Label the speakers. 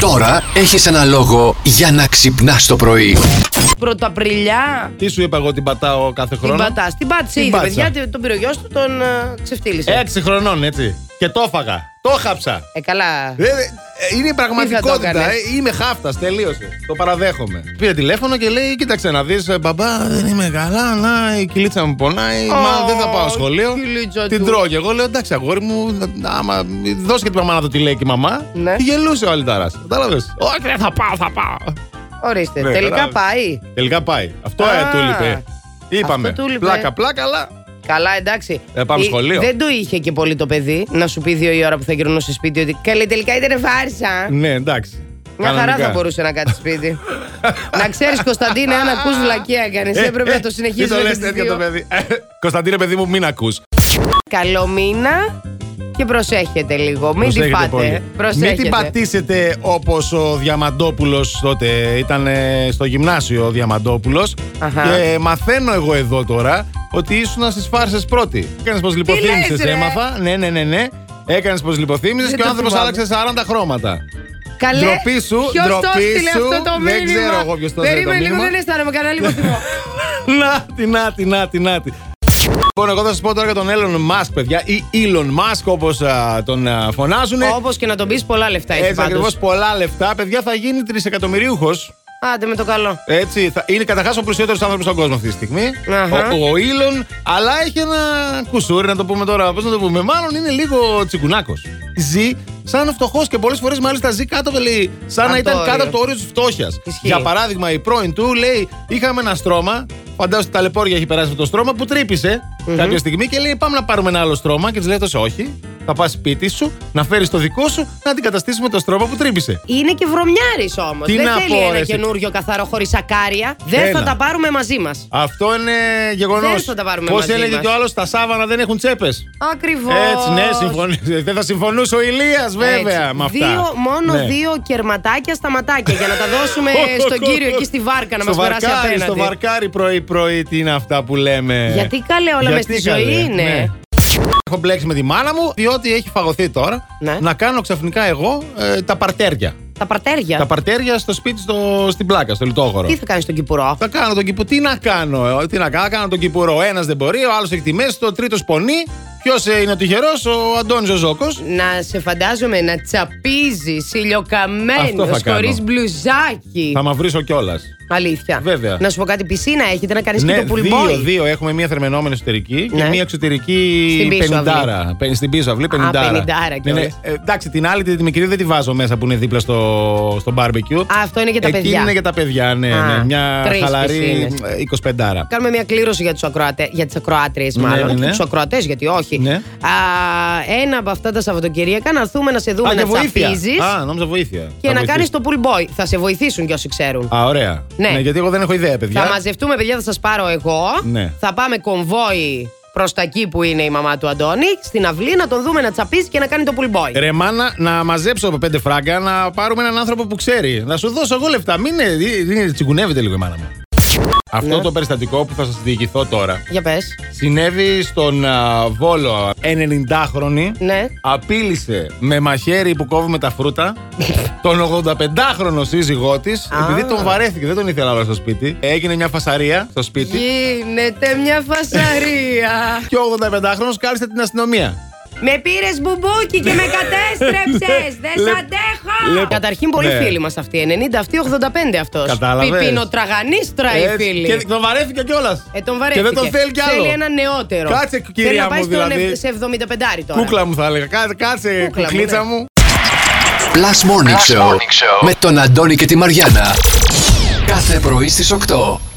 Speaker 1: Τώρα έχεις ένα λόγο για να ξυπνάς το πρωί.
Speaker 2: Πρωταπριλιά.
Speaker 3: Τι σου είπα εγώ την πατάω κάθε
Speaker 2: Την
Speaker 3: χρόνο.
Speaker 2: πατάς. Την πάτησε
Speaker 3: Την
Speaker 2: ήδη,
Speaker 3: πάτησα.
Speaker 2: παιδιά. τε- Τον πήρε ο γιος του, τον ε, ξεφτύλισε. Ε,
Speaker 3: Έξι χρονών, έτσι. Και το έφαγα. Το χάψα.
Speaker 2: καλά.
Speaker 3: Ε, ε,
Speaker 2: Τι
Speaker 3: Είναι η
Speaker 2: θα το
Speaker 3: πραγματικότητα.
Speaker 2: έκανες?
Speaker 3: ε. Είμαι χάφτας, τελείωσε. Το παραδέχομαι. Πήρε τηλέφωνο και λέει: Κοίταξε να δεις, μπαμπά, δεν είμαι καλά. Να, η κυλίτσα μου πονάει. Μα
Speaker 2: Ω,
Speaker 3: δεν θα πάω σχολείο.
Speaker 2: κυλίτσα
Speaker 3: Την
Speaker 2: του.
Speaker 3: τρώω και εγώ. Λέω: Εντάξει, αγόρι μου, άμα δώσε και τη μαμά να το τι λέει και η μαμά.
Speaker 2: Ναι.
Speaker 3: Γελούσε ο Αλιταρά. Κατάλαβες. Όχι, δεν θα πάω, θα πάω.
Speaker 2: Ορίστε.
Speaker 3: Ναι,
Speaker 2: Τελικά
Speaker 3: καλά.
Speaker 2: πάει.
Speaker 3: Τελικά πάει. Αυτό
Speaker 2: Α,
Speaker 3: ε, του είπε. Είπαμε.
Speaker 2: του λείπε.
Speaker 3: Πλάκα, πλάκα, αλλά.
Speaker 2: Καλά, εντάξει.
Speaker 3: Ε, πάμε
Speaker 2: Η-
Speaker 3: σχολείο.
Speaker 2: Δεν το είχε και πολύ το παιδί να σου πει δύο η ώρα που θα γυρνούσε σπίτι ότι καλή τελικά ήταν φάρσα.
Speaker 3: Ναι, εντάξει.
Speaker 2: Μια χαρά
Speaker 3: Κανονικά.
Speaker 2: θα μπορούσε να κάτσει σπίτι. να ξέρεις, Κωνσταντίνε, αν ακούς βλακία κάνει,
Speaker 3: Ε,
Speaker 2: έπρεπε
Speaker 3: ε,
Speaker 2: να το συνεχίσει.
Speaker 3: Μην το λες τέτοιο το παιδί. Ε, Κωνσταντίνε, παιδί μου, μην ακούς.
Speaker 2: Καλό μήνα και προσέχετε λίγο. Μην την
Speaker 3: Προσέχετε
Speaker 2: πάτε.
Speaker 3: πολύ.
Speaker 2: Προσέχετε.
Speaker 3: Μην την πατήσετε όπως ο Διαμαντόπουλος τότε ήταν ε, στο γυμνάσιο ο Διαμαντόπουλος
Speaker 2: Αχα.
Speaker 3: και μαθαίνω εγώ εδώ τώρα ότι ήσουν στις φάρσες πρώτη. Έκανες πως
Speaker 2: λες,
Speaker 3: λιποθύμησες
Speaker 2: ρε?
Speaker 3: έμαθα. Ναι, ναι, ναι, ναι. Έκανες πως λιποθύμησες
Speaker 2: Δεν
Speaker 3: και ο
Speaker 2: το
Speaker 3: άνθρωπος
Speaker 2: θυμάμαι.
Speaker 3: άλλαξε 40 χρώματα.
Speaker 2: Καλέ,
Speaker 3: Ντροπή σου,
Speaker 2: ποιος το
Speaker 3: ντροπή
Speaker 2: έστειλε
Speaker 3: σου.
Speaker 2: αυτό το μήνυμα.
Speaker 3: Δεν ξέρω εγώ ποιος το έστειλε το
Speaker 2: Περίμενε λίγο,
Speaker 3: μήνυμα.
Speaker 2: δεν αισθάνομαι κανένα λίγο θυμό.
Speaker 3: Να τη, να τη, να τη, να τη. Λοιπόν, εγώ θα σας πω τώρα για τον Elon Musk, παιδιά, ή Elon Musk, όπως τον α, φωνάζουν.
Speaker 2: Όπως και να τον πεις, πολλά λεφτά έχει
Speaker 3: Ναι. Έτσι ακριβώ
Speaker 2: πάντως.
Speaker 3: πολλά λεφτά. Παιδιά, θα γίνει τρισεκατομμυρίουχος.
Speaker 2: Άντε με το καλό.
Speaker 3: Έτσι, θα, είναι καταρχάς ο πλουσιότερος άνθρωπος στον κόσμο αυτή τη στιγμή.
Speaker 2: Αχα.
Speaker 3: Ο, ο Elon, αλλά έχει ένα κουσούρι, να το πούμε τώρα. Πώς να το πούμε, μάλλον είναι λίγο τσιγκουνάκος. Ζει σαν φτωχός και πολλές φορές μάλιστα ζει κάτω από το λέει, σαν
Speaker 2: Από
Speaker 3: να
Speaker 2: το
Speaker 3: ήταν
Speaker 2: όριο.
Speaker 3: κάτω από το όριο της φτώχειας.
Speaker 2: Ισχύει.
Speaker 3: Για παράδειγμα, η πρώην του λέει: Είχαμε ένα στρώμα. Φαντάζομαι ότι τα λεπόρια έχει περάσει από το στρώμα που τρύπησε κάποια στιγμή και λέει: Πάμε να πάρουμε ένα άλλο στρώμα. Και της λέει: Τόσο όχι. Θα πας σπίτι σου, να φέρεις το δικό σου, να αντικαταστήσουμε το στρώμα που τρύπησε.
Speaker 2: Είναι και βρωμιάρης όμως.
Speaker 3: Τι
Speaker 2: Δεν
Speaker 3: να
Speaker 2: θέλει
Speaker 3: πω,
Speaker 2: ένα
Speaker 3: ρε, εσύ.
Speaker 2: καινούριο καθαρό χωρίς σακάρια. Δεν θα
Speaker 3: Έλα.
Speaker 2: τα πάρουμε μαζί μας.
Speaker 3: Αυτό είναι γεγονός.
Speaker 2: Δεν θα τα πάρουμε
Speaker 3: Πώς
Speaker 2: μαζί
Speaker 3: έλεγε
Speaker 2: μας.
Speaker 3: και ο άλλος, τα σάβανα δεν έχουν τσέπες.
Speaker 2: Ακριβώς.
Speaker 3: Έτσι, ναι, συμφωνεί. Δεν θα συμφωνούσε ο Ηλίας, βέβαια, με αυτά.
Speaker 2: Δύο, μόνο
Speaker 3: Ναι.
Speaker 2: δύο κερματάκια στα ματάκια για να τα δώσουμε στον κύριο εκεί στη βάρκα να
Speaker 3: Στο
Speaker 2: μας περάσει
Speaker 3: βαρκάρι,
Speaker 2: απέναντι.
Speaker 3: Στο βαρκάρι πρωί-πρωί, τι είναι αυτά που λέμε.
Speaker 2: Γιατί καλέ όλα μες
Speaker 3: Γιατί
Speaker 2: στη
Speaker 3: καλέ,
Speaker 2: ζωή είναι.
Speaker 3: ναι. Έχω μπλέξει με τη μάνα μου, διότι έχει φαγωθεί τώρα
Speaker 2: Ναι.
Speaker 3: να κάνω ξαφνικά εγώ ε, τα παρτέρια.
Speaker 2: Τα παρτέρια.
Speaker 3: Τα παρτέρια στο σπίτι, στο, στην πλάκα, στο λιτόγορο.
Speaker 2: Τι θα κάνεις στον Κυπουρό.
Speaker 3: Θα κάνω τον κυπουρό. Τι να κάνω, ε, τι να κάνω. Κάνω τον κυπουρό. Ένας δεν μπορεί, ο άλλος έχει τη μέση, το τρίτος πονεί. Ποιος είναι ο τυχερός, ο Αντώνης ο Ζώκος.
Speaker 2: Να σε φαντάζομαι να τσαπίζεις
Speaker 3: Αυτό
Speaker 2: ηλιοκαμένο
Speaker 3: θα κάνω.
Speaker 2: χωρίς μπλουζάκι.
Speaker 3: Θα μαυρίσω κιόλας.
Speaker 2: Αλήθεια.
Speaker 3: Βέβαια.
Speaker 2: Να σου πω κάτι, πισίνα έχετε να κάνεις
Speaker 3: Ναι,
Speaker 2: και το
Speaker 3: δύο,
Speaker 2: πουλμπόι.
Speaker 3: δύο. Έχουμε μία θερμενόμενη εσωτερική και
Speaker 2: Ναι.
Speaker 3: μία εξωτερική
Speaker 2: Στην πίσω αυλή.
Speaker 3: πενηντάρα. Πεν- Στην πίσω αυλή, πενηντάρα.
Speaker 2: πενηντάρα
Speaker 3: ναι, ναι.
Speaker 2: κιόλας.
Speaker 3: Ε, εντάξει, την άλλη, τη, τη μικρή δεν τη βάζω μέσα που είναι δίπλα στο, στο barbecue.
Speaker 2: Α, αυτό είναι για τα
Speaker 3: Εκείνη
Speaker 2: παιδιά.
Speaker 3: είναι για τα παιδιά, ναι.
Speaker 2: Α,
Speaker 3: ναι. Μια
Speaker 2: τρεις
Speaker 3: χαλαρή
Speaker 2: πισίνες.
Speaker 3: ε, 25άρα.
Speaker 2: Κάνουμε μια κλήρωση για, τους ακροατε, για τις ακροάτριες
Speaker 3: Ναι,
Speaker 2: μάλλον
Speaker 3: ναι, ναι.
Speaker 2: και τους ακροατές γιατί όχι
Speaker 3: Ναι.
Speaker 2: Α, ένα από αυτά τα Σαββατοκυριακά να έρθουμε να σε δούμε
Speaker 3: Α,
Speaker 2: να
Speaker 3: και βοήθεια.
Speaker 2: τσαπίζεις
Speaker 3: Α, νόμιζα βοήθεια.
Speaker 2: και
Speaker 3: Θα
Speaker 2: να κάνεις
Speaker 3: βοηθήσει.
Speaker 2: το pull boy θα σε βοηθήσουν και όσοι ξέρουν
Speaker 3: Α, ωραία.
Speaker 2: Ναι.
Speaker 3: γιατί εγώ δεν έχω ιδέα, παιδιά.
Speaker 2: θα μαζευτούμε παιδιά θα σας πάρω εγώ
Speaker 3: Ναι.
Speaker 2: θα πάμε κομβόι προς τα εκεί που είναι η μαμά του Αντώνη στην αυλή να τον δούμε να τσαπίζει και να κάνει το pull boy
Speaker 3: Ρε μάνα, να μαζέψω από πέντε φράγκα, να πάρουμε έναν άνθρωπο που ξέρει. Να σου δώσω εγώ λεφτά. Μην ε, ε, ε, τσιγκουνεύετε λίγο η μάνα μου. Αυτό
Speaker 2: Ναι.
Speaker 3: το περιστατικό που θα σας διηγηθώ τώρα
Speaker 2: για πες
Speaker 3: συνέβη στον α, Βόλο. 90χρονη
Speaker 2: ναι
Speaker 3: απείλησε με μαχαίρι που κόβουμε τα φρούτα τον 85χρονο σύζυγό της,
Speaker 2: Α.
Speaker 3: επειδή τον βαρέθηκε, δεν τον ήθελα άλλο στο σπίτι. Έγινε μια φασαρία στο σπίτι.
Speaker 2: γίνεται μια φασαρία
Speaker 3: Και ο 85χρονο κάλεσε την αστυνομία.
Speaker 2: Με πήρες μπουμπούκι και με κατέστρεψες! Δεν
Speaker 3: λε-
Speaker 2: σ' αντέχω!
Speaker 3: λε-
Speaker 2: Καταρχήν, πολλοί
Speaker 3: Ναι.
Speaker 2: φίλοι μας αυτοί. 90, αυτοί 85 αυτός.
Speaker 3: Κατάλαβες.
Speaker 2: Πιπινοτραγανίστρα οι
Speaker 3: Έτσι.
Speaker 2: φίλοι.
Speaker 3: Και τον βαρέθηκε κιόλας.
Speaker 2: Ε, τον βαρέθηκε.
Speaker 3: Και δεν τον θέλει κι άλλο.
Speaker 2: Θέλει ένα νεότερο.
Speaker 3: Κάτσε, κυρία
Speaker 2: Θέλει να
Speaker 3: μου,
Speaker 2: πάει στον
Speaker 3: δηλαδή.
Speaker 2: ευ- σε 75 τώρα.
Speaker 3: Κούκλα μου θα έλεγα. Κάτσε, κάτσε
Speaker 2: Κούκλα μου,
Speaker 3: κουκλίτσα
Speaker 2: ναι.
Speaker 3: μου.
Speaker 1: Plus Morning, Show, με τον Αντώνη και τη Μαριάνα. Κάθε πρωί στις 8.